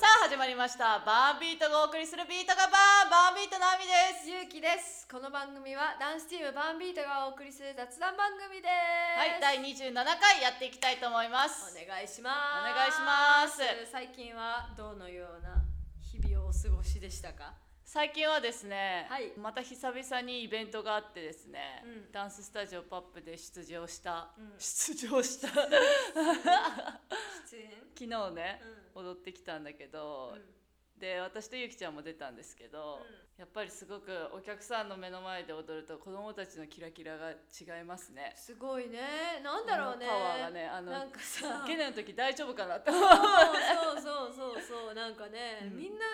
したバーンビートがお送りするビートがバーンバーンビートのあみですゆうきですこの番組はダンスチームバンビートがお送りする雑談番組ですはい第27回やっていきたいと思いますお願いしまおす願いします最近はどのような日々をお過ごしでしたか最近はですね、はいまた久々にイベントがあってですね、うんダンススタジオパップで出場した、うん出場 した昨出演日ね、踊ってきたんだけど、で私とゆきちゃんも出たんですけど、やっぱりすごくお客さんの目の前で踊ると子供たちのキラキラが違いますね。すごいねなんだろうねあのパワーがねあのなんかさ去年の時大丈夫かな って思うそうそうそうそうそうなんかね、うんみんな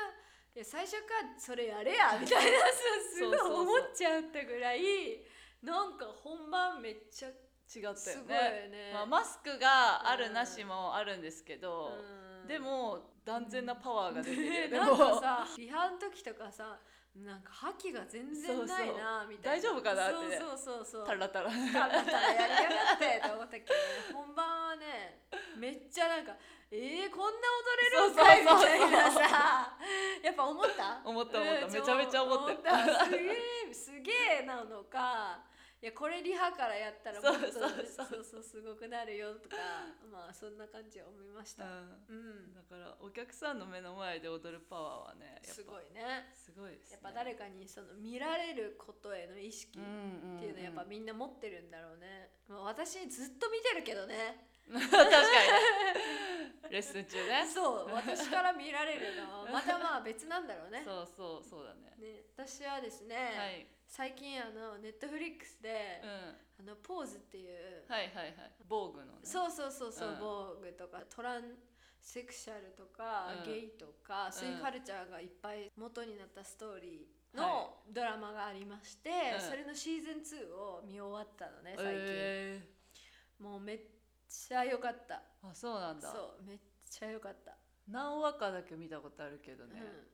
いや最初からそれやれやみたいなさすごいそうそうそう思っちゃったぐらいなんか本番めっちゃ違ったよねすごいよね。まあ、マスクがあるなしもあるんですけど、うんでも断然なパワーが出てるよ ね、ねでなんかもさリハの時とかさなんか覇気が全然ないなみた大いな丈夫かなってねそうそうそうそうタラタラたらたらやりやがってと思ったけど、本番はねめっちゃなんかえー、こんな踊れるんかいみそうそうそうたいなさやっぱ思った思った思ったうんめちゃめちゃ思ったすげえすげえなのかいやこれリハからやったらもっとそうそうそうそうすごくなるよとかまあそんな感じは思いましうた、んうん、だからお客さんの目の前で踊るパワーはねやっぱすごいねすごいです、ね、やっぱ誰かにその見られることへの意識っんんんていうのはやっぱみんな持ってるんだろうね、まあ、私ずっと見てるけどね 確かにねレッスン中ねそう私から見られるの はまたまあ別なんだろうねそうそうそうだねね私はですね、はい、最近あのネットフリックスでうん、 「あのポーズ」っていう、はいはいはい防具のねそうそうそうそう、うん防具とかトランセクシャルとか、うんゲイとかそういうカルチャーがいっぱい元になったストーリーはのドラマがありまして、うんそれのシーズン2を見終わったのね最近、えもうめっちゃ良かったー、あそうなんだそうめっちゃ良かった、何話かだけ見たことあるけどうねん、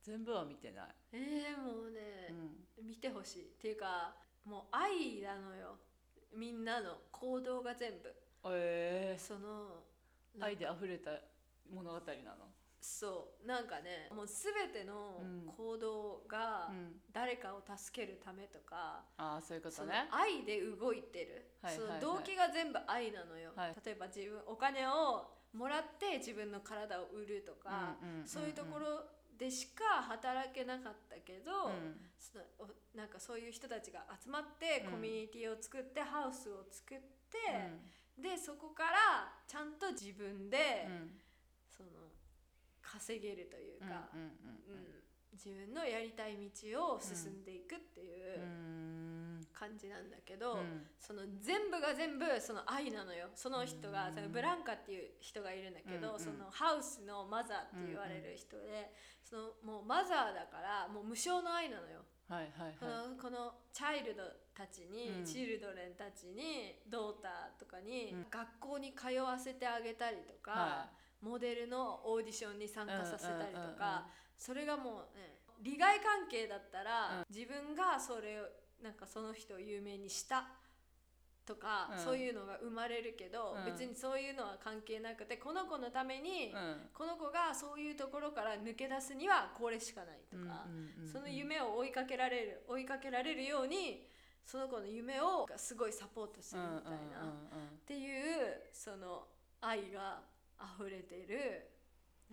全部は見てない、えー、もううね、ん、見てほしいっていうかもう愛なのよみんなの行動が全部えそのー、愛で溢れた物語なのそうなんかねもう全てのうん行動がうん、誰かを助けるためとか、ああそういうこそとのね愛で動いてる、はいはいはいその動機が全部愛なのよ、はい例えば自分お金をもらって自分の体を売るとか、うんんんんそういうところでしか働けなかったけど、うんそのおなんかそういう人たちが集まってうんコミュニティを作って、ハウスを作って、うでそこからちゃんと自分で、んその稼げるといううんか、うんうん自分のやりたい道を進んでいくっていうんうううん感じなんだけうど、んその全部が全部その愛なのよその人が、うんそのブランカっていう人がいるんだけうんど、うんそのハウスのマザーって言われる人で、そのもうマザーだからもう無償の愛なのよ。はいはいこはのこのチャイルドたちに、うんチルドレンたちにドーターとかに、うん学校に通わせてあげたりとか、いはモデルのオーディションに参い加させたりとうんうんうんうんかそれがもうね利害関係だったら自分がそれをなんかその人を有名にしたとかうんそういうのが生まれるけどうん別にそういうのは関係なくてこの子のためにうんこの子がそういうところから抜け出すにはこれしかないとかうんうんうんうんその夢を追いかけられる追いかけられるようにその子の夢をすごいサポートするみたいな。っていうその愛が溢れてる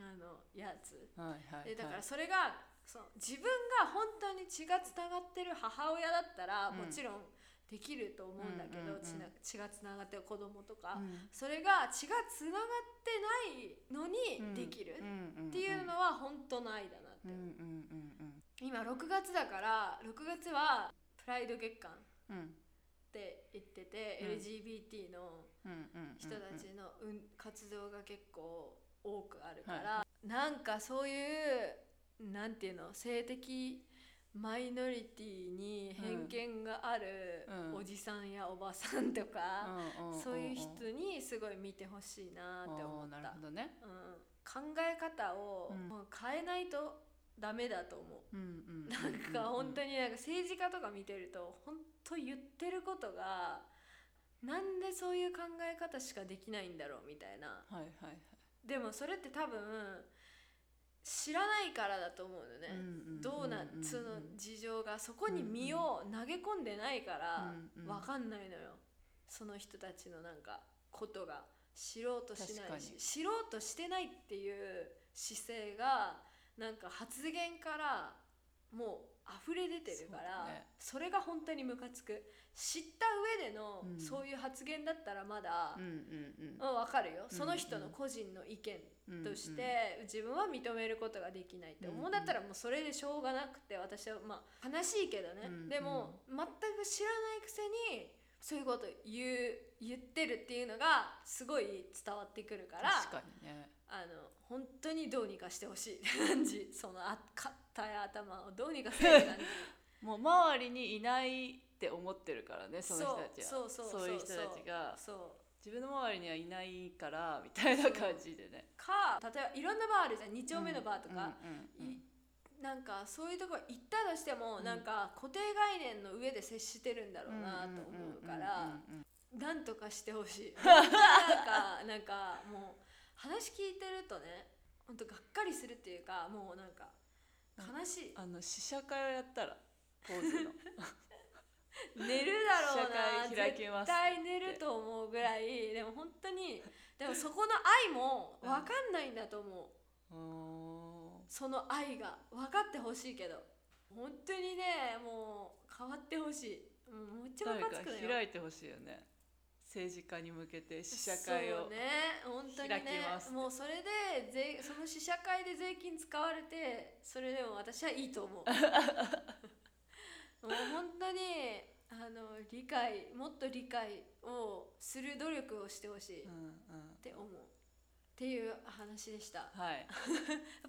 あのやつうんうんうんはいはいはいでだからそれがその自分が本当に血がつながってる母親だったら、うんもちろんできると思うんだけど、うんうんうん血な血がつながってる子供とか、うんそれが血がつながってないのにできるうんうんうんっていうのは本当の愛だなってうんう思んう、うん今6月だから6月はプライド月間っうんうんて言ってて、うんうんうんうんう LGBT のん人たちのうん活動が結構多くあるから、なんかそういうなんていうの性的マイノリティに偏見があるうんおじさんやおばさんとか、うんんんそういう人にすごい見てほしいなって思っあーなるたほ、どねうん、考え方をうんもう変えないとダメだと思う。うんうんうなんか本当にになんか政治家とか見てると本当言ってることがなんでそういう考え方しかできないんだろうみたいなはいはいはいでもそれって多分知らないからだと思うのね、どうなその事情がそこに身を投げ込んでないからうんうん分かんないのよ、その人たちのなんかことが知ろうとしない確かしに知ろうとしてないっていう姿勢がなんか発言からもう溢れ出てるそからうそ,、だねれが本当にムカつく知った上でのうんそういう発言だったらまだ、うんうんうん、分かるようんその人の個人の意見うんとして自分は認めることができないってうんうん思うんだったらもうそれでしょうがなくて私はまあ悲しいけどね、うんうんでも全く知らないくせにそういうこと言う言ってるっていうのがすごい伝わってくるから確かにねあの本当にどうにかしてほしいって感 じそのあ硬い頭をどうにかする感じもう周りにいないって思ってるからねその人たちはそうそうそうそういう人たちがそう自分の周りにはいないからみたいな感じ でねか例えばいろんなバーあるじゃん2丁目のバーとか、うんうんうんいなんかそういうところ行ったとしても、うんなんか固定概念の上で接してるんだろうなと思うから、うんうんなんとかしてほ しいなんかなんかもう話聞いてるとねほんとがっかりするっていうかもうなんか悲 しいあの試写会をやったらポー ズの寝るだろ試う写会な開きます絶対寝ると思うぐらいでも本当にでもそこの愛も分かんないんだと思う、おその愛が分かってほしいけど本当にねもう変わってほしいもうめっちーゃム誰カかつくの開よいてほしいよね政治家に向けて試写会そをうね本当にね開きますもうそれで税その試写会で税金使われてそれでも私はいいと 思うもう本当にあの理解もっと理解をする努力をしてほしいっうんうんて思う、っていう話 でしたはい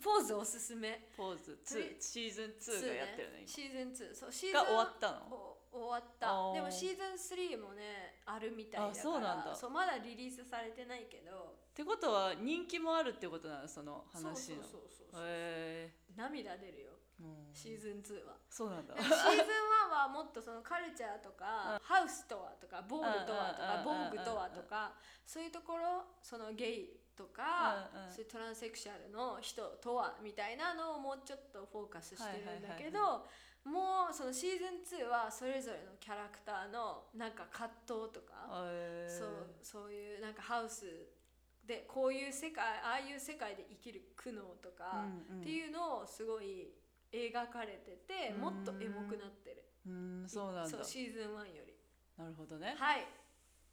ポーズおすすめポーズとり2シーズン2がやってるねシーズン2そうシーズ今ンが終わったのお終わっあたーでもシーズン3もねあるみたいだからあそうなんだそうまだリリースされてないけどってことは人気もあるってことなのその話のそうそうそうそう、へ涙出るよーうんシーズン2は そうなんだでもシーズン1はもっとそのカルチャーとか、ハウスとはとかボールとはとか、うんうんうんうんボングとはとか、そういうところそのゲイとか、うんうんそういうトランセクシャルの人とはみたいなのをもうちょっとフォーカスしてるんだけど、もうそのシーズン2はそれぞれのキャラクターのなんか葛藤とか、へーそうそういうなんかハウスでこういう世界ああいう世界で生きる苦悩とか。うんうんっていうのをすごい描かれててうんもっとエモくなってるうんそうなんだそうシーズン1よりなるほどねはいっ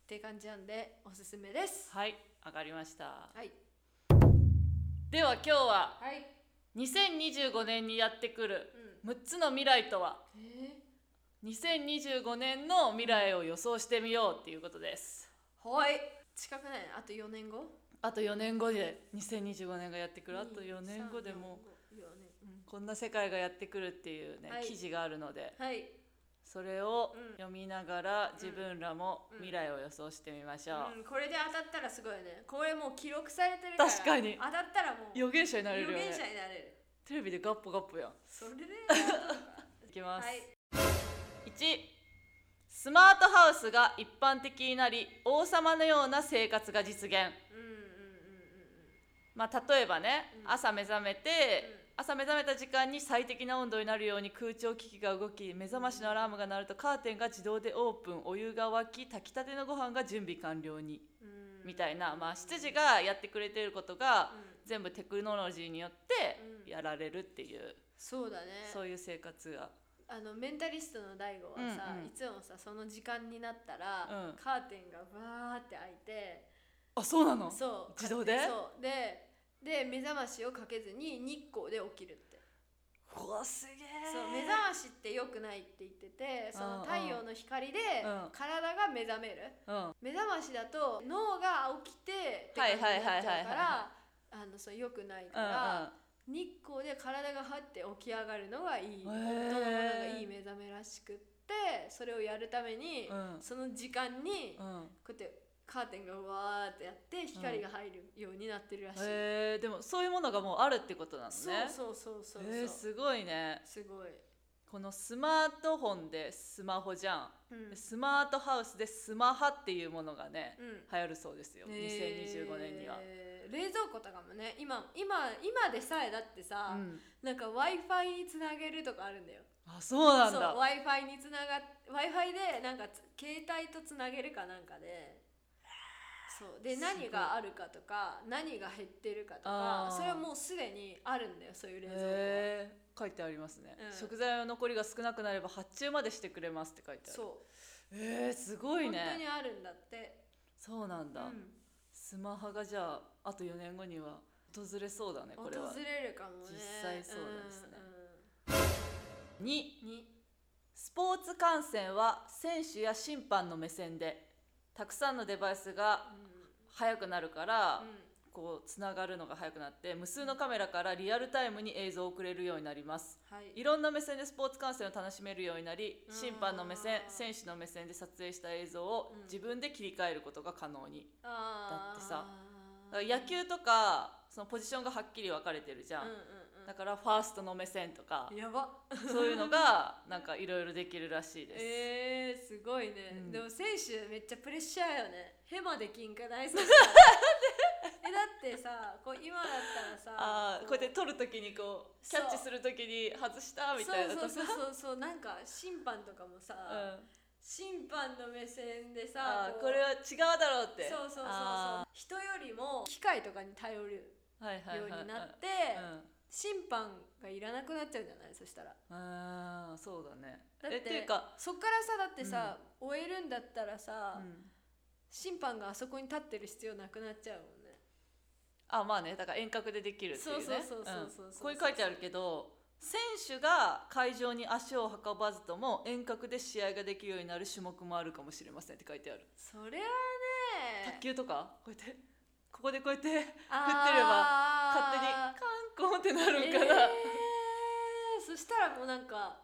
て感じなんでおすすめですはい上がりましたはいでは今日ははい2025年にやってくるう6つの未来とはんえ2025年の未来を予想してみようっていうことですー、はい近くないあと4年後あと4年後で2025年がやってくるあと4年後でも4年、うこんな世界がやってくるっていうね、はい記事があるのでん、はいそれをうん読みながらん自分らもうん未来を予想してみましょう、うん、これで当たったらすごいよねこれもう記録されてるから確かに当たったらもう予言者になれ予るよ言ね者になれるテレビでガッポガッポやんそれでいきます、はい1スマートハウスが一般的になり王様のような生活が実現うんうんうんうんまあ例えばね、うん朝目覚めて、うん朝目覚めた時間に最適な温度になるように空調機器が動き目覚ましのアラームが鳴るとカーテンが自動でオープンお湯が沸き炊きたてのご飯が準備完了にうんうんみたいな、まあ、執事がやってくれてることがうん全部テクノロジーによっうんてやられるっていう、そうだねそういう生活があのメンタリストの大悟はさ、うんうんいつもさその時間になったら、うんカーテンがわーって開いてあそうなのそう自動でそうでで目覚ましをかけずに日光で起きるって、うわすげえそう目覚ましって良くないって言っててそのうんうん太陽の光でうん体が目覚める、うん目覚ましだと脳が起きてってはい感じになはいはいはいっちゃうかはらあのそう良くないかうんうんら、日光で体が張って起き上がるのがいへーい夫のなんかいい目覚めらしくってそれをやるために、うんその時間にうんこうやってカーテンがわーってやって光が入るようになってるらしい、へえでもそういうものがもうあるってことなのねそうそうそうそうそう、えーすごいねすごい、このスマートフォンでスマホじゃん、うんうんスマートハウスでスマハっていうものがね、流行るそうですよ、2025年にはえ冷蔵庫とかもね今今今でさえだってさ、うんなんか w i f i につなげるとかあるんだよあそうなんそうだ w i f i につなが w i f i でなんかつ携帯とつなげるかなんかでそうですごい何があるかとか何が減ってるかとあかーそれはもうすでにあるんだよそういう冷蔵庫は、へえ書いてありますね、うん食材の残りが少なくなれば発注までしてくれますって書いてあるそうえー、すごい本当にねあるんだって、そうなんうだ、ん、スマハがじゃああと4年後には訪れそうだね訪これはれるかもね実際そうですね2うんうんにスポーツ観戦は選手や審判の目線でたくさんのデバイスが速くなるから、うこうつながるのが速くなって無数のカメラからリアルタイムに映像を送れるようになりますんはいいろんな目線でスポーツ観戦を楽しめるようになりうん審判の目線選手の目線で撮影した映像をうん自分で切り替えることが可能に、あだーってさだから野球とかそのポジションがはっきり分かれてるじゃん、うんうんだからファーストの目線とかうんやばそういうのがなんかいろいろできるらしいです、えー、すごいね、うんでも選手めっちゃプレッシャーよねヘマできんくないさ えだってさこう今だったらさああこうやって取る時にこうキそうャッチする時に外したみたいなとかそうそうそうそうそうなんか審判とかもさ、うん審判の目線でさあーこれは違うだろうってそうそうそうあそう人よりも機械とかに頼るよーはいうはいはいはいになって、うん審判がいらなくなっちゃうんじゃないそしたらあーそうだねだってえっていうか、そっからさだってさ、終えるんだったらさ、うん審判があそこに立ってる必要なくなっちゃうもんねあまあねだから遠隔でできるっていうねそうそうそうそうそううんここに書いてあるけど選手が会場に足を運ばずとも遠隔で試合ができるようになる種目もあるかもしれませんって書いてあるそれはね卓球とかこうやってここでこうやってあー振ってれば勝手にカンコンってなるから、えーそしたらもうなんか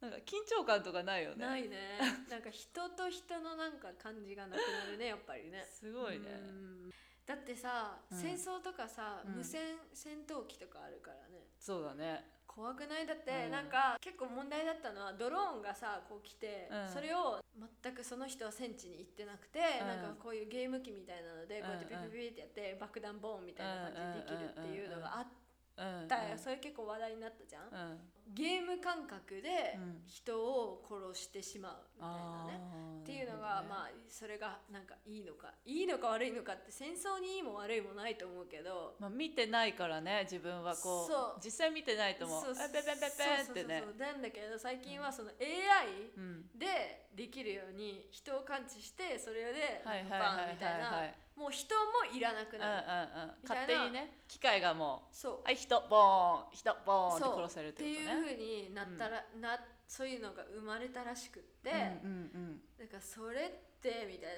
なんか緊張感とかないよねないねなんか人と人のなんか感じがなくなるねやっぱりねすごいねうんだってさ、うん戦争とかさ、うん無線戦闘機とかあるからねそうだね怖くないだっうんて、なんか結構問題だったのはドローンがさこう来て、うんそれを全くその人は戦地に行ってなくて、うんなんかこういうゲーム機みたいなのでこうやってピうんうんピピピってやって、爆弾ボーンみたいな感じでできるっていうのがあっうんたよ、それ結構話題になったじゃん、うん、うん、ゲーム感覚でうん人を殺してしまうみたいなあね、ーっていうのが、まあそれがなんかいいのかいいのか悪いのかって戦争にいいも悪いもないと思うけどまあ、見てないからね自分はこうそう実際見てないともうそうそうあペペペペってねそうそうそうなんだけど最近はその AI うんでできるように人を感知してそれではいはいはいバンみたはいいはいなもう人もいらなくうんうんなる、うんみた勝いな手にね機械がもそううはい人ボーン人ボーンってそう殺せるっっててこいうとね風になったら、なそういうのが生まれたらしくって、うんうんなんかそれってみたい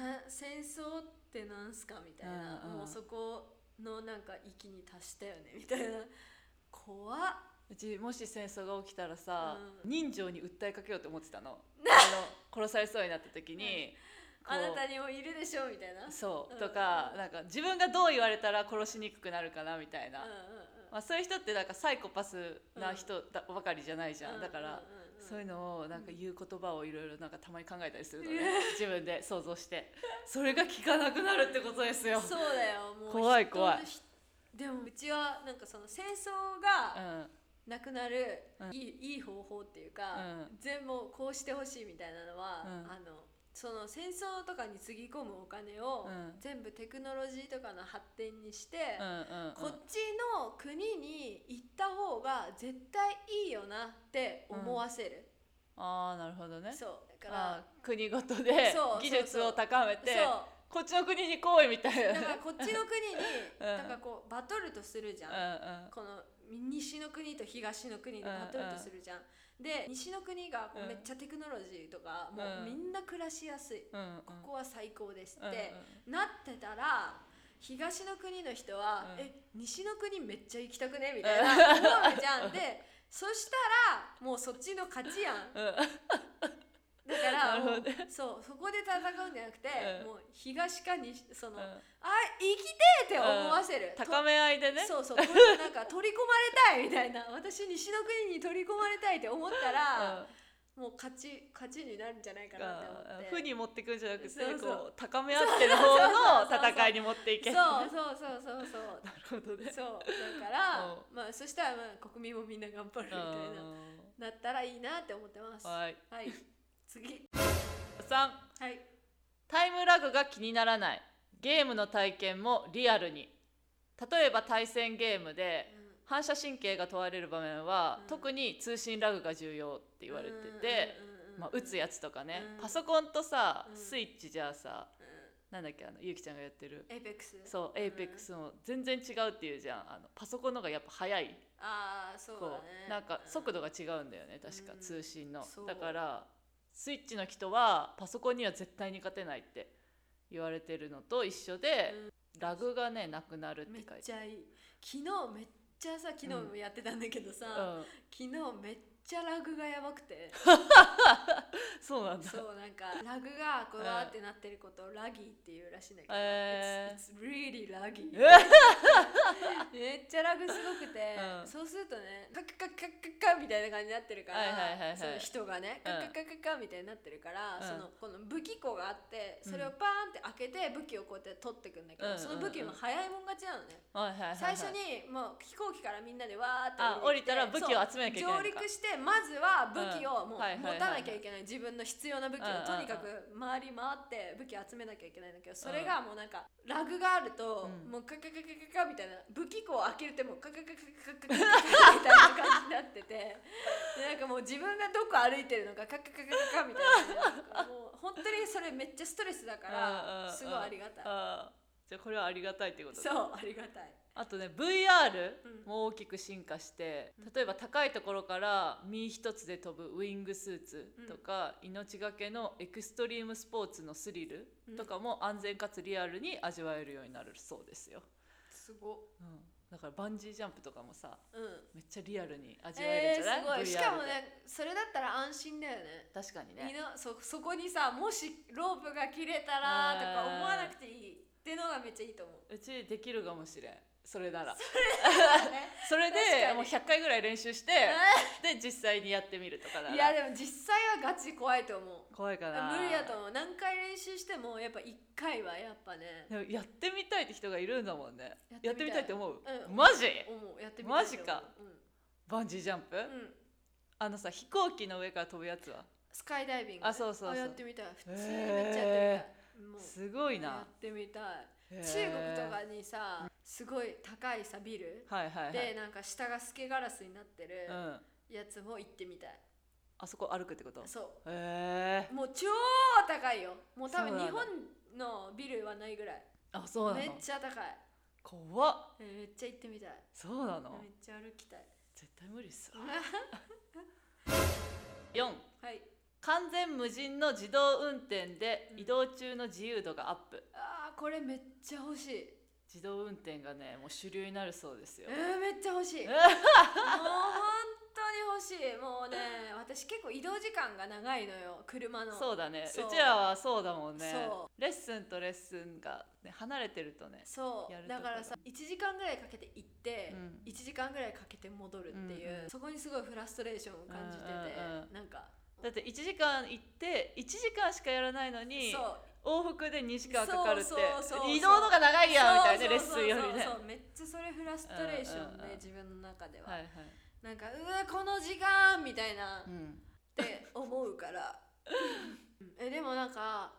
なな戦争ってなんすかみたいな、うんうんもうそこのなんか域に達したよねみたいな 怖っうんうちもし戦争が起きたらさ、うん人情に訴えかけようと思ってたのあの殺されそうになった時に、こうあなたにもいるでしょみたいなそう、うんとかなんか自分がどう言われたら殺しにくくなるかなみたいな、まあ、そういう人ってなんかサイコパスな人だ、ばかりじゃないじゃん、だから、そういうののをなんか言う言葉をいろいろなんかたまに考えたりするのねうん自分で想像してそれが聞かなくなるってことですよ。そうだよもう怖い人怖いのひでもうちはなんかその戦争がうんなくなるうんいい,、いい方法っていうか、うん全部こうしてほしいみたいなのは、うんあのその戦争とかにつぎ込むお金をうん全部テクノロジーとかの発展にして、うんうんこっちの国に行った方が絶対いいよなって思わせる、ああなるほどね。そうだからあー国ごとでそう技術を高めてそうこっちの国に来いみたいなだかね。らこっちの国に、うんなんかこ うバトルとするじゃ ん、うこの西の国と東の国でバトルとするじゃん、で西の国がこううんめっちゃテクノロジーとか、もううんみんな暮らしやすい、んうんうんうん。ここは最高ですうんっうんて、なってたら東の国の人は、うんえ西の国めっちゃ行きたくねみたいな思うじゃんでそしたらもうそっちの勝ちやんうんだかならるほどもうそうそこで戦うんじゃなくて、うんもう東か西そうの、あん生きてえって思わせる、高め合いでね。そうそうこれなんか取り込まれたいみたいな私西の国に取り込まれたいって思ったら、うもう勝ち勝ちになるんじゃないかなって負思ってに持ってくんじゃなくてそうそこうう高め合ってる方そうそうの戦いに持っていけそうるそうそうそうそうなるほどねそうだからうまあそしたらまあ国民もみんな頑張るみたいななったらいいなって思ってまうすんはいはい次3はいタイムラグが気にならないゲームの体験もリアルに例えば対戦ゲームで反射神経が問われる場面は、うん特に通信ラグが重要って 言われてて、まあ、打つややつとかね、うんパソコンとさ、うんスイッチじゃあさなんだっけあのゆうきちゃんがやってるエイペックスそうエイペックスも全然違うっていうじゃんあのパソコンの方がやっぱ速いああそうだこねうなんか速度が違うんだよね確か、うん通信のそうだからスイッチの人はパソコンには絶対に勝てないって言われてるのと一緒で、ラグがねなくなるっめてっ書いてちゃいい昨日めっちゃさ昨日もやってたんだけどさ、ある、うん、昨日めっちゃラグがやばくてそうなん だそうなんかラグがこうわーってなってることをラギーっていうらしいんだけど、えー It's- It's really laggy えーめっちゃラグすごくて、うんそうするとねカクカクカクカクみたいな感じになってるから、はいはいはいはいその人がねカクカクカクみたいになってるから、うんそのこの武器庫があってそれをパーンって開けて武器をこうやって取ってくんだけど、うんその武器も早いもん勝ちなのね、はいはいはいはい最初にもう飛行機からみんなでわーってあ降りたら武器をを集めなきゃいけないの上陸かしてまずは武器をうんもうはいはいはいは持いたなきゃいけない自分の必要な武器をうんうんうんとにかく回り回って武器集めなきゃいけないんだけどそれがもうなんかラグがあるとうんもうカカカカカカみたいな武器庫を開けるともうカカカカカカカカみたいな感じになっててでなんかもう自分がどこ歩いてるのかカカカカカカみたいなもう本当にそれめっちゃストレスだかうんうんうんらすごいありがたいあーじゃあこれはありがたいってことだそうありがたいあとね VR うんも大きく進化して、うん例えば高いところから身一つで飛ぶウイングスーツとか、命がけのエクストリームスポーツのスリルとかも安全かつリアルに味わえるようになるそうですよ、すごうん、だからバンジージャンプとかもさうんめっちゃリアルに味わええるんじゃない、ー、すごい VR しかもでねそれだったら安心だよね確かにいねのそそこにさもしロープが切れたらとか思わなくていいってのがめっちゃいいと思う うちできるかもしれんそれな らねそれで確かにもう100回ぐらい練習してで実際にやってみるとかならいやでも実際はガチ怖いと思う怖いかな無理やと思う何回練習してもやっぱ1回はやっぱねでもやってみたいって人がいるんだもんねややっっててみみたたいいって思う、うんマジ思うやってみたマいと思うジかバンジージャンプ、うん、うん、あのさ飛行機の上から飛ぶやつはスカイダイビングあそうそうそうやってみたい普通にめっちゃやってみたい、もうすごいやなってみたい中中国とかにさすごい高いさビルはいはいはいでなんか下が透けガラスになってるうん、やつも行ってみたい、あそこ歩くってことそへえうもう超高いよもう多そう分なんだ日本のビルはないぐらいあそうなめっのちゃ高い怖っえーめっちゃ行ってみたいそうなのめっちゃ歩きたい絶対無理っす わは4い完全無人の自動運転でうん移動中の自由度がアップ、あーこれめっちゃ欲しい自動運転がねもう主流になるそうですえよー、めっちゃ欲し いもううわ本当に欲しいもうね私結構移動時間が長いのよ車のそうだねそううちらはそうだもんねそレッスンとレッスンが、ね、離れてるとねそうやるとだこがからさ1時間ぐらいかけて行って、うん1時間ぐらいかけて戻るっていう、うんうんそこにすごいフラストレーションを感じてて、うんうんうんなんかだって1時間行って1時間しかやらないのにそう往復で2時間かかるってそうそうそう移動の方が長いやんみたいなねレッそうスンよりねそうそうそうめっちゃそれフラストレーショうンんうんうんで自分の中では、はいはい、なんかうわこの時間みたいなうっん、て思うからうんえでもなんか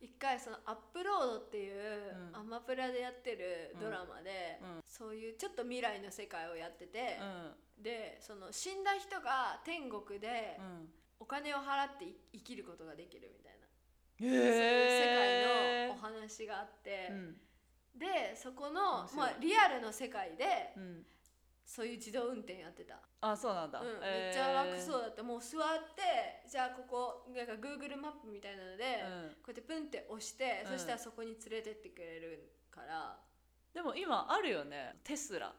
一回そのアップロードっていう、うんアマプラでやってるドラマで、うんうんそういうちょっと未来の世界をやってて、うんでその死んだ人が天国でうんお金を払ってい生きることができるみたいな、へそういう世界えのお話があって、うんでそこの面、白いまあ、リアルの世界でうんそういう自動運転やってた、あそうなんだ、うん、めっちゃ楽そうう、だったもう座ってじゃあここなんか Google マップみたいなので、うん、こうやってプンって押して、うんそしたらそこに連れてってくれるから。でも今あるよねテスラ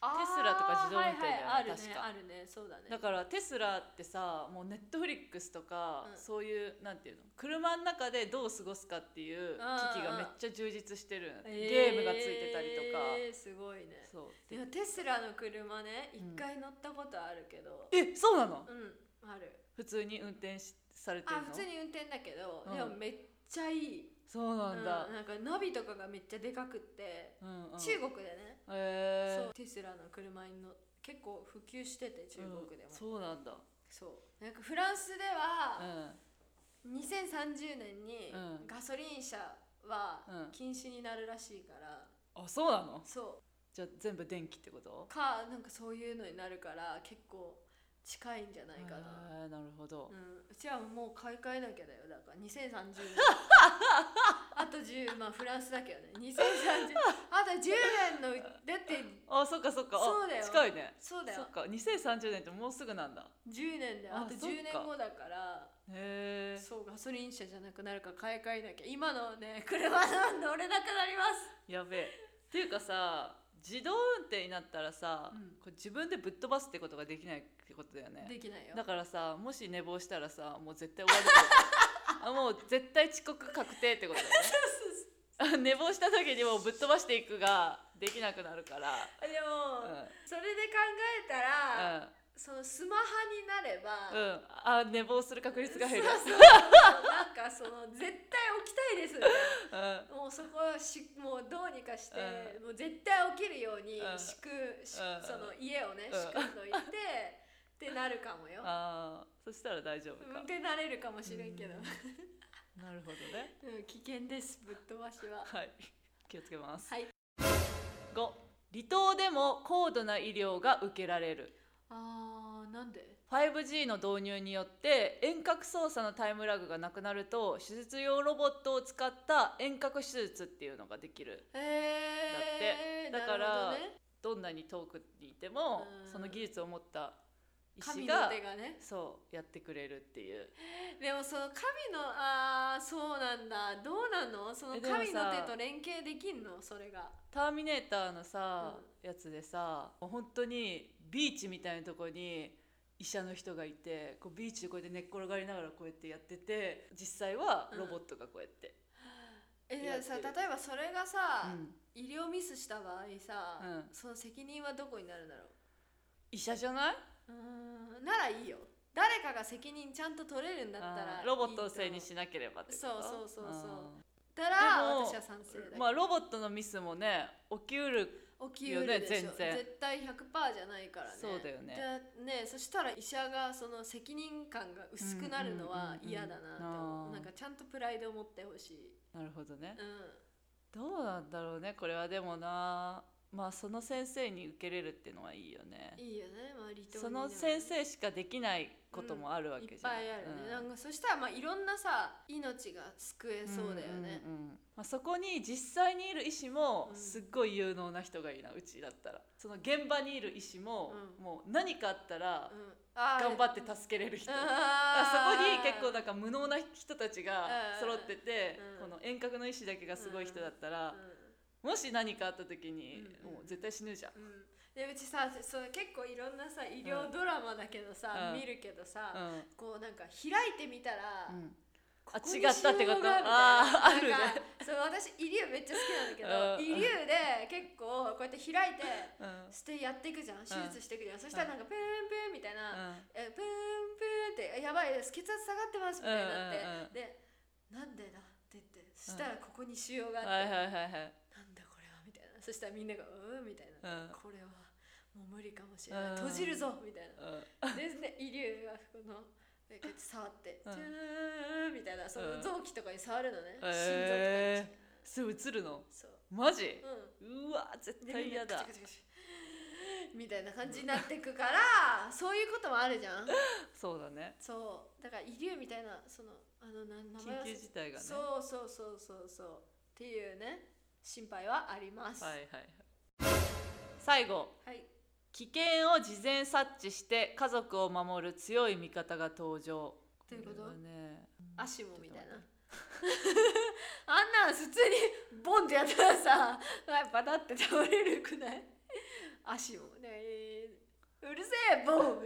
あーテスラとか自動運転だよねはいはい、あるね確かあるねそうだねだからテスラってさもうネットフリックスとか、うんそういうなんていうの車の中でどう過ごすかっていう機器がめっちゃ充実してるんだってゲームがついてたりとか、えーすごいねそうでもテスラの車ねうん一回乗ったことあるけど、えそうなのうん、ある普通に運転しされてるあの普通に運転だけど、うんでもめっちゃいいそうなんだうん、なんかナビとかがめっちゃでかくって、うんうん、中国でね、えー、そうテスラの車に乗っ結構普及してて中国でうんも、そうそうなんだなんかフランスでうは、ん2030年にうんガソリン車はうん禁止になるらしいから、あそうなのそじゃあ全部電気ってこうとかなんかそういうのになるから結構近いんじゃないかな、えー、なるほどう、ん、うちはもう買い替えなきゃだよだから2030年 あと10まあフランスだけどね2030あと10年のだってあそっかそっかあそうだよ近いねそうだそよっか2030年ってもうすぐなんだ10年でああとそっか10年後だからへえそうガソリン車じゃなくなるから買い替えなきゃ今のね車なんで乗れなくなりまやべえっていうかさ自動運転になったらさ、うんこれ自分でぶっ飛ばすってことができないってことだよすねできないよだからさもし寝坊したらさもう絶対終わるってこと あもう絶対遅刻確定ってことだよね 寝坊した時にもうぶっ飛ばしていくができなくなるから でうも、んそれで考えたら、そのスマホになれば、うん、うん、あ寝坊する確率が減るそうそうそうなんかその絶対起きたいですみたいうんなもうそこはしもうどうにかして、うもう絶対起きるようにうん仕組、しうんその家をねうん仕組んどいて、 ってなるかもよあーそしたら大丈夫運か転なれるかもしれんけど、なるほどねうん、危険ですぶっ飛ばしははい気をつけますはい5離島でも高度な医療が受けられるあーなんで 5G の導入によって遠隔操作のタイムラグがなくなると手術用ロボットを使った遠隔手術っていうのができるえー、だってだからなるどんなに遠くにいてもうんその技術を持った医ほどね、師神のが手がねそうやってくれるっていうでもその神のあーそうなんだどうなのそのえでもさ神の手と連携できんのそれが「ターミネーター」のさ、やつでさもう本当にビーチみたいなとこに医者の人がいてこうビーチでこうやって寝っ転がりながらこうやってやってて実際はロボットがこうやって。えじゃやあってさる例えばそれがさ、うん医療ミスした場合さ、うんその責任はどこになるんだろ医者じゃないううーんならいいよ誰かが責任ちゃんと取れるんだったあらーロボットをいいと思せういにしなければってことそうそうそうそうあたらでも私は賛成だけーど、まあロボットのミスもね起きうる起きうるでしょ、よね全然絶対100%じゃないからねそうだよねじゃあねそしたら医者がその責任感が薄くなるのは嫌だなってうんうんうんう思んうなんかちゃんとプライドを持ってほしい、なるほどねう、どうなんだろうねこれはでもなまあその先生に受けれるっていうのはいいよねん、いいよねまあ離島そにねの先生しかできないこともあるわいけっじゃぱんいあるね、うんなんかそしたらまあいろんなさ命が救えそうだよね、んんんまあ、そこに実際にいる医師もうんすっごい有能な人がいいなうちだったらその現場にいる医師も、うんもう何かあったらうんあ頑張ってて助けれる人、ああそこーに結構なんか無能な人たちが揃ってて、うんこの遠隔の医師だけがすごい人だったら、もし何かあった時にう、んもう絶対死ぬじゃん。うん、うんでうちさそう結構いろんなさ医療ドラマだけどさ、うん見るけどさ、うんこうなんか開いてみたら、うんここ違にったってこと腫瘍があーみあたいななんかそう私イリュウめっちゃ好きうなんだけどんイリュウで結構こうやって開いてうんしてやっていくじゃん手術していくじゃん、そしたらなんかプーンプーンみたいな、うえプーンプーンってえやばいです血圧下がってますみたいになうんうんうんって、でなんでだって言ってそしたらここに腫瘍んがあはいって、はいはいはい。なんだこれはみたいなそしたらみんながうーんみたいな、うんこれはもう無理かもしれない、うん閉じるぞみたいうなんですね、イリュウがこのなんか触って、うんチューンみたいなそうのん臓器とかに触るのね、へー心臓とかにすぐ映るのそう、マジううん、わ絶で対みん嫌なだカチャカチャカチャみたいな感じになってくからそういうこともあるじゃんそうだねそうだからイリュウみたいなそのあのな名前緊忘れ急事ち態がゃっねたそうそうそうそうそうっていうね心配はありますはいはいはい最後はい危険を事前察知して家族を守る強い味方が登場どういうことれはね足もみたいな あんなん普通にボンってやったらさバタって倒れるくない 足もねえーうるせえボン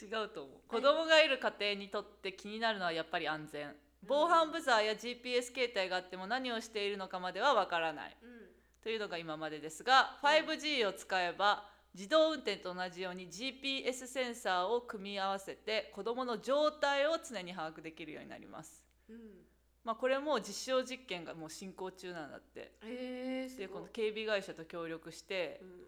違うと思う子供がいる家庭にとって気になるのはやっぱり安全防犯ブザーや GPS 携帯があっても何をしているのかまではわからないうんというのが今までですが 5G を使えば自動運転と同じように GPS センサーを組み合わせて子どもの状態を常に把握できるようになります。うんまあ、これも実証実験がもう進行中なんだってえー、すごいでこの警備会社と協力してうん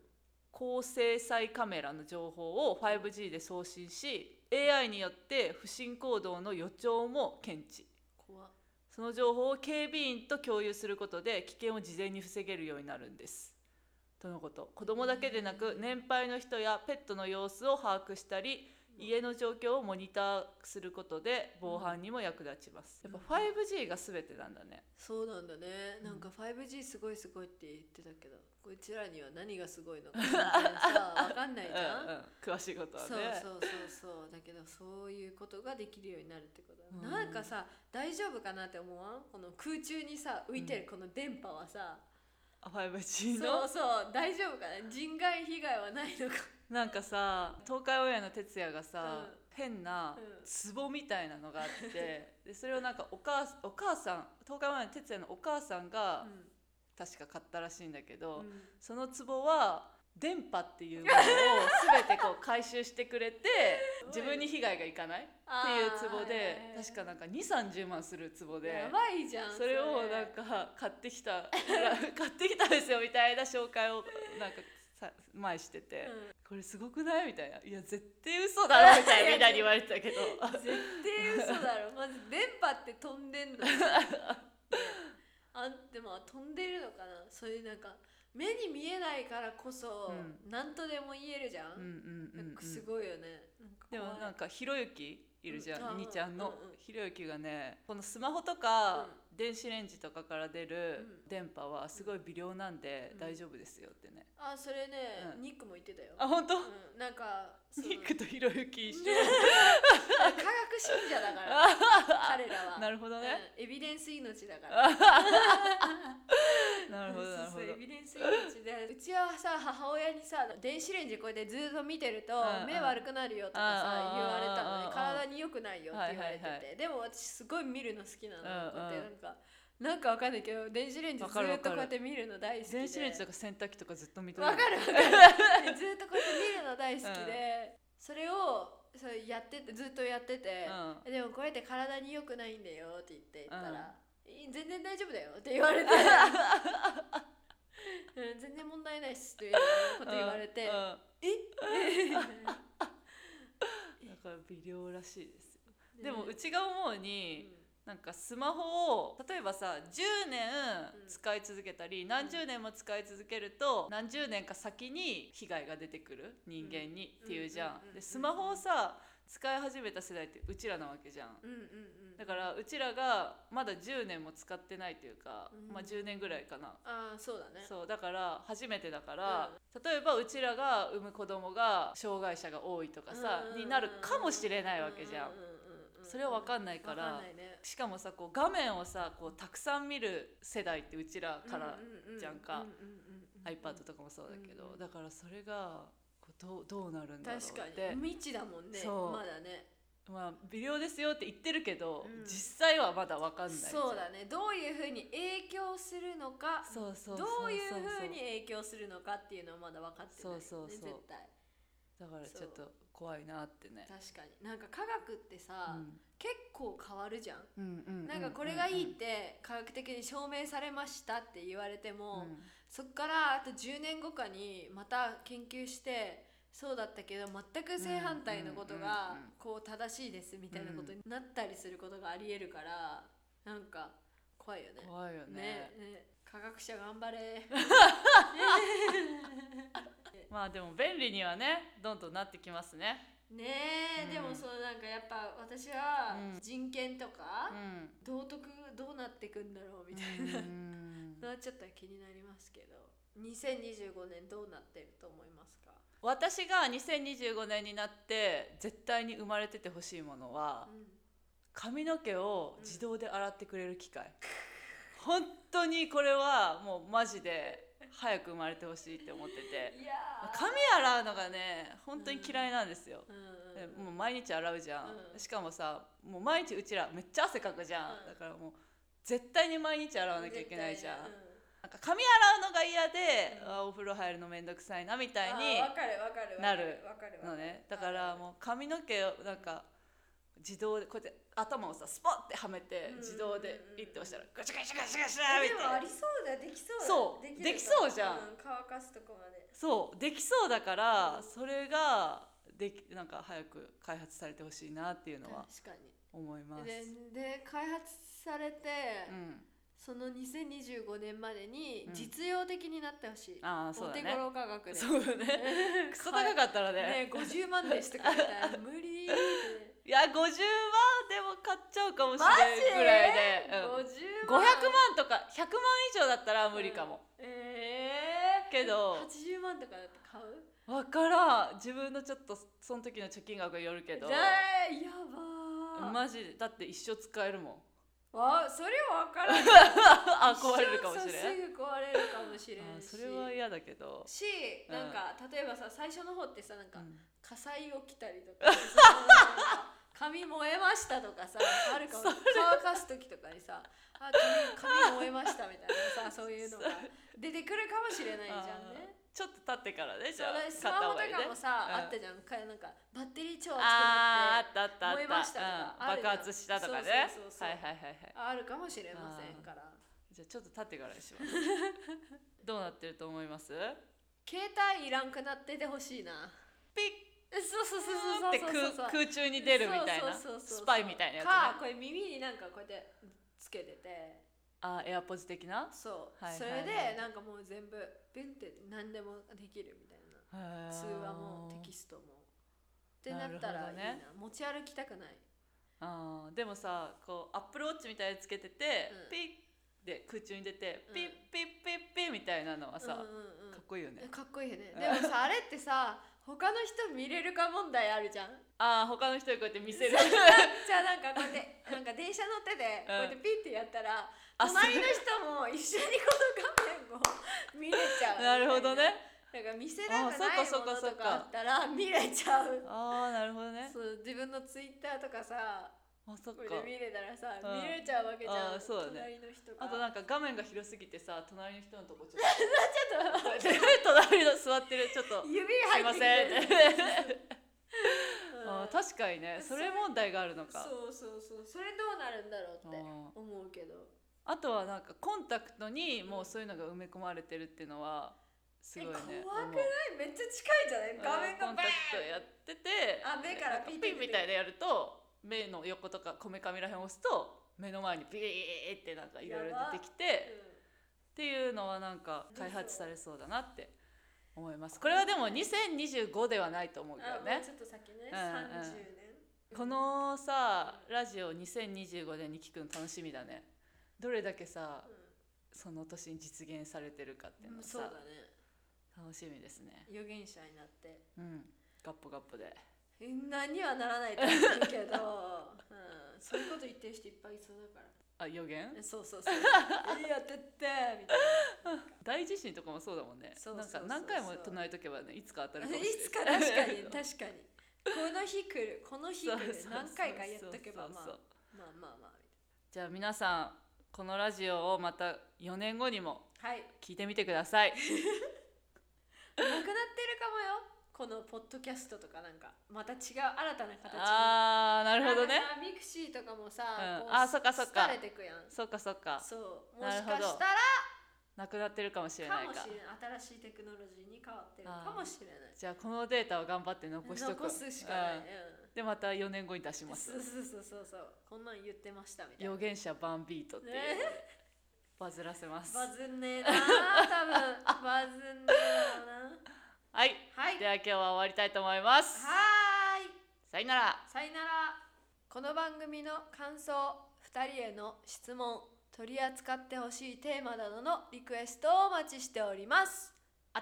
高精細カメラの情報を 5G で送信し AI によって不審行動の予兆も検知怖っその情報を警備員と共有することで危険を事前に防げるようになるんです。とのこと子どもだけでなく年配の人やペットの様子を把握したり家の状況をモニターすることで防犯にも役立ちます。やっぱ 5G が全てなんだね。そうなんだねうんなんか 5G すごいすごいって言ってたけどこちらには何がすごいのかみたいなさ わかんないじゃん、うんうん、詳しいことはねそうそうそうそうだけどそういうことができるようになるってことだ、うんなんかさ大丈夫かなって思わんこの空中にさ浮いてるこの電波はさ、あ 5G のそうそう大丈夫かな人外被害はないのかなんかさ東海オンエアの哲也がさ、うん変なうん壺みたいなのがあ って、でそれをなんかお母お母さん東海オンエアの哲也のお母さんがう確か買ったらしいんだけど、んその壺は電波っていうものを全てこう回収してく れてごい自分に被害がいかないってあーいう壺はいはいではい確かなんか2 3 0万する壺でや。ばいじゃんそれをなんか買ってきた 買ってきたんですよみたいな紹介をなんかさ前してて、うこれすごくないみたいな「いや絶対嘘だろ」みたいなみんなに言われてたけどん絶対嘘だ ろまず電波って飛んでんのにあんでも飛んでるのかなそういうなんか目に見えないからこそ、うなんとでも言えるじゃん、 うんうんうんうん、すごいよね。なんかでもなんかひろゆきいるじゃうんあん、兄ちゃんの、うんうんひろゆきがねこのスマホとか、う電子レンジとかから出るうん電波はすごい微量なんでうん大丈夫ですよってね、あそれね、うんニックも言ってたよ。あ本当、うん、なんかそのニックとひろゆき 一緒、科学信者だから彼ら は。なるほどね、うんエビデンス命だから。なるほどなるほそうどそうエビデンス命でうちはさ母親にさ電子レンジこれでずっと見てるとうんうん目悪くなるよとかうさん言われたのうんね体に良くないよって言われてはいはいてでも私すごい見るの好きなのこうやっうんうんてなんかなんかわかんないけど電子レンジずっわとかこるわかるうやって見るの大好きで電子レンジとか洗濯機とかずっと見てわかる わかるずっとこうやって見るの大好きで、それをそうやっててずっとやってて、でもこれって体に良くないんだよって言って言ったら、いい全然大丈夫だよって言われ て、うん、全然問題ないっすっていうこと言われて、うんうんえだから微量らしいですよ ねでもうちが思ううに、んなんかスマホを例えばさ10年うん使い続けたり、何十年も使い続けると何十年か先に被害が出てくる人間にうんっていうじゃん。うんうんうんでスマホをさ使い始めた世代ってうちらなわけじゃん。うんうんうんだからうちらがまだ10年も使ってないというか、うんまあ10年ぐらいかな。ああそうだねそうだから初めてだから、例えばうちらが産む子供が障害者が多いとかさ、うんうんうんになるかもしれないわけじゃん。ううううそれは分かんないからわかんないねしかもさこう画面をさこうたくさん見る世代ってうちらからうんうんうんじゃんかうんうんうんうん iPad とかもそうだけど、うんだからそれがこうどうどうなるんだろう確かっにて、未知だもんねそうまだねまあ、微量ですよって言ってるけど、うん実際はまだ分かんないじゃんそうだねどういうふうに影響するのかそうそうどそうそうういうふうに影響するのかっていうのはまだ分かってないよねそうそうそう絶対だからちょっと怖いなってね、確かになんか科学ってうさ、ん結構変わるじゃん、うんうんうなんかこれがいいって科学的に証明されましたって言われてうんも、そっからあと10年後かにまた研究してそうだったけど全く正反対のことうんがうんうんうんこう正しいですみたいなことになったりすることがありえるからなんか怖いよね。怖いよねねね科学者頑張れ。まあでも便利にはねどんどんなってきますねねえ、うんでもそのなんかやっぱ私はうん人権とか、うん道徳どうなってくんだろうみたいな、うんなっちゃったら気になりますけど2025年どうなってると思いますか、私が2025年になって絶対に生まれててほしいものはうん髪の毛を自動で洗ってくれる機械、本当にこれはもうマジで早く生まれてほしいって思ってていやー、髪洗うのがね本当に嫌いなんですよ、でうんもう毎日洗うじゃん、うんしかもさもう毎日うちらめっちゃ汗かくじゃん、うんだからもう絶対に毎日洗わなきゃいけないじゃん、絶対なんか髪洗うのが嫌で、うんあお風呂入るの面倒くさいなみたいあわにかるわかるわかなるわかるわかのるねだからうもう髪の毛をなんか自動でこうやって頭をさスポッてはめてうん自動でうんピッて押したらガチャガチャガチャガチャみでもたあいりなそうだよできそうだそうるできそうじゃんう乾かすとこまでそうできそうだかうらんそれができなんか早く開発されてほしいなっていうのは確かに思います。でで開発されて、うん、その2025年までにうん実用的になってほしい、ああそうおだ手ね。頃価格でそうだね。クソ高かったらね。ね50万でしたからみたいな無 理ーっていや50万でも買っちゃうかもしれないぐらいで、うん、 50 500万万とか100万以上だったら無理かも、えー、けど80万とかだって買うわからん自分のちょっとその時の貯金額によるけどだいやばー、マジでだって一生使えるもん わそれは分からないあ 壊れるかもしれん一生さすぐ壊れるかもしれあんしそれは嫌だけど、しうんなんか、例えばさ最初の方ってさなんか、うん火災起きたりと かそのなんか髪燃えましたとかさあるかも乾かす時とかにさあ髪髪燃えましたみたいなさそういう のが出てくるかもしれないじゃんね。ちょっと経ってからねじそうゃあだしス買ったマ方ホとがいいねかもさ、うんあったじゃんかなんかバッテリー超熱くなあっーあてったあったあった燃えましたとかうんあるじゃん爆発したとかねそうそうそうそうはいはいはいはいあるかもしれませんからじゃあちょっと経ってからにします どうなってると思います携帯いらんくなっててほしいな。ピッそうそうそうそうってそうそうそう空空中に出るみたいなそうそうそうそうスパイみたいなやつ、ね、かこれ耳になんかこうやってつけててあエアポジ的なそう、はいはいはいそれでなんかもう全部ビンって何でもできるみたいな通話もテキスストもってなっなたるらほいいどなね持ち歩きたくないあーでもさこうアップルウォッチみたいにつけてて、うんピッで空中に出てうんピッピッピッピッみたいなのはさ、うんうんうんかっこいいよね、かっこいいよねでもさあれってさ他の人見れるか問題あるじゃんああ他の人にこうやって見せるじゃあなんかこうやってなんか電車乗っててこうやってピッてやったら、あそう隣の人も一緒にこの画面を見れちゃうみたいなるほどねなんか見せたくないあそっかものそっかそっとかかあったら見れちゃう。ああなるほどねそう自分のツイッターとかさあそっこかれで見れたらさ、うん見れちゃうわけじゃあんそうだ隣の人があとななんかんか画面が広すぎてさ隣の人のとこちょっちょっと 隣の座ってるちょっとと指すい入まってきせんてるう んあー確かにねそれ問題があるのかそうそうそうそれどうなるんだろうってあ思うけどあとはなんかコンタクトにもうそういうのが埋め込まれてるっていうのはすごいねえ怖く思うえめっちゃ近いんじゃない画面コがンバタークトンやっててあ目からなんピッピンみたいなやると目の横とかこめかみらへん押すと目の前にピーってなんかいろいろ出てきてっていうのはなんか開発されそうだなって思いますこれはでも2025ではないと思ううけんどあもねうちょっと先ね、うんうん30年このさラジオ2025年に聞くの楽しみだねどれだけさその年に実現されてるかっていううんのそうださね楽しみですね予言者になって うんガッポガッポで何にはならないと思うけ ど、うん、そういうこと言ってる人いっぱいいそうだからあ予言えそう そうそういいやってってみたい 大地震とかもそうだもんねそうそうなんそうかそう何回も唱えとけばねいつか当たるな かもしれない いつか確か にそう確かにこの日来るこの日来るそうそう何回かやっとけばそうまそうそあうまあまあまあみじゃあ皆さんこのラジオをまた4年後にもたいなはい聞いてみてくだ さいなくなってるかもよこのポッドキャストとかなんかまた違う新たな形にあーなるほどねなんかさミクシーとかもさ、うんこあそっかそっか廃れてくやんそっかそっかそうもなるしほかどしたらなくなってるかもしれなかいもかしれない新しいテクノロジーに変わってるかもしれないじゃあこのデータを頑張って残しとく残すしうかない、うんんでまた4年後に出しますそうそうそうそうそうこんなん言ってましたみたいな予言者バンビートっていうのでねバズらせますバズんねえなー 多分バズんねえだろうなはいはいではは今日は終わりたいと思いますーいさよならさよならこの番組の感想2人への質問取り扱ってほしいテーマなどのリクエストをお待ちしております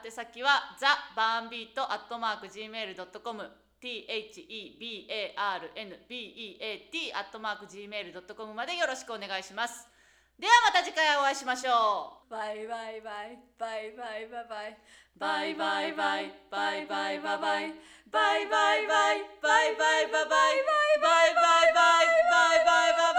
宛先はザバーンビートアットマーク gmail ドットコム t h e b a r n b e a t アットマーク gmail ドットコムまでよろしくお願いします。ではまた次回お会いしましょバイバイバイバイバイバイバイう。バイバイバイバイバイバイバイバイバイバイバイバイバイバイバイバイバイバイバイバイバイバイバイバイ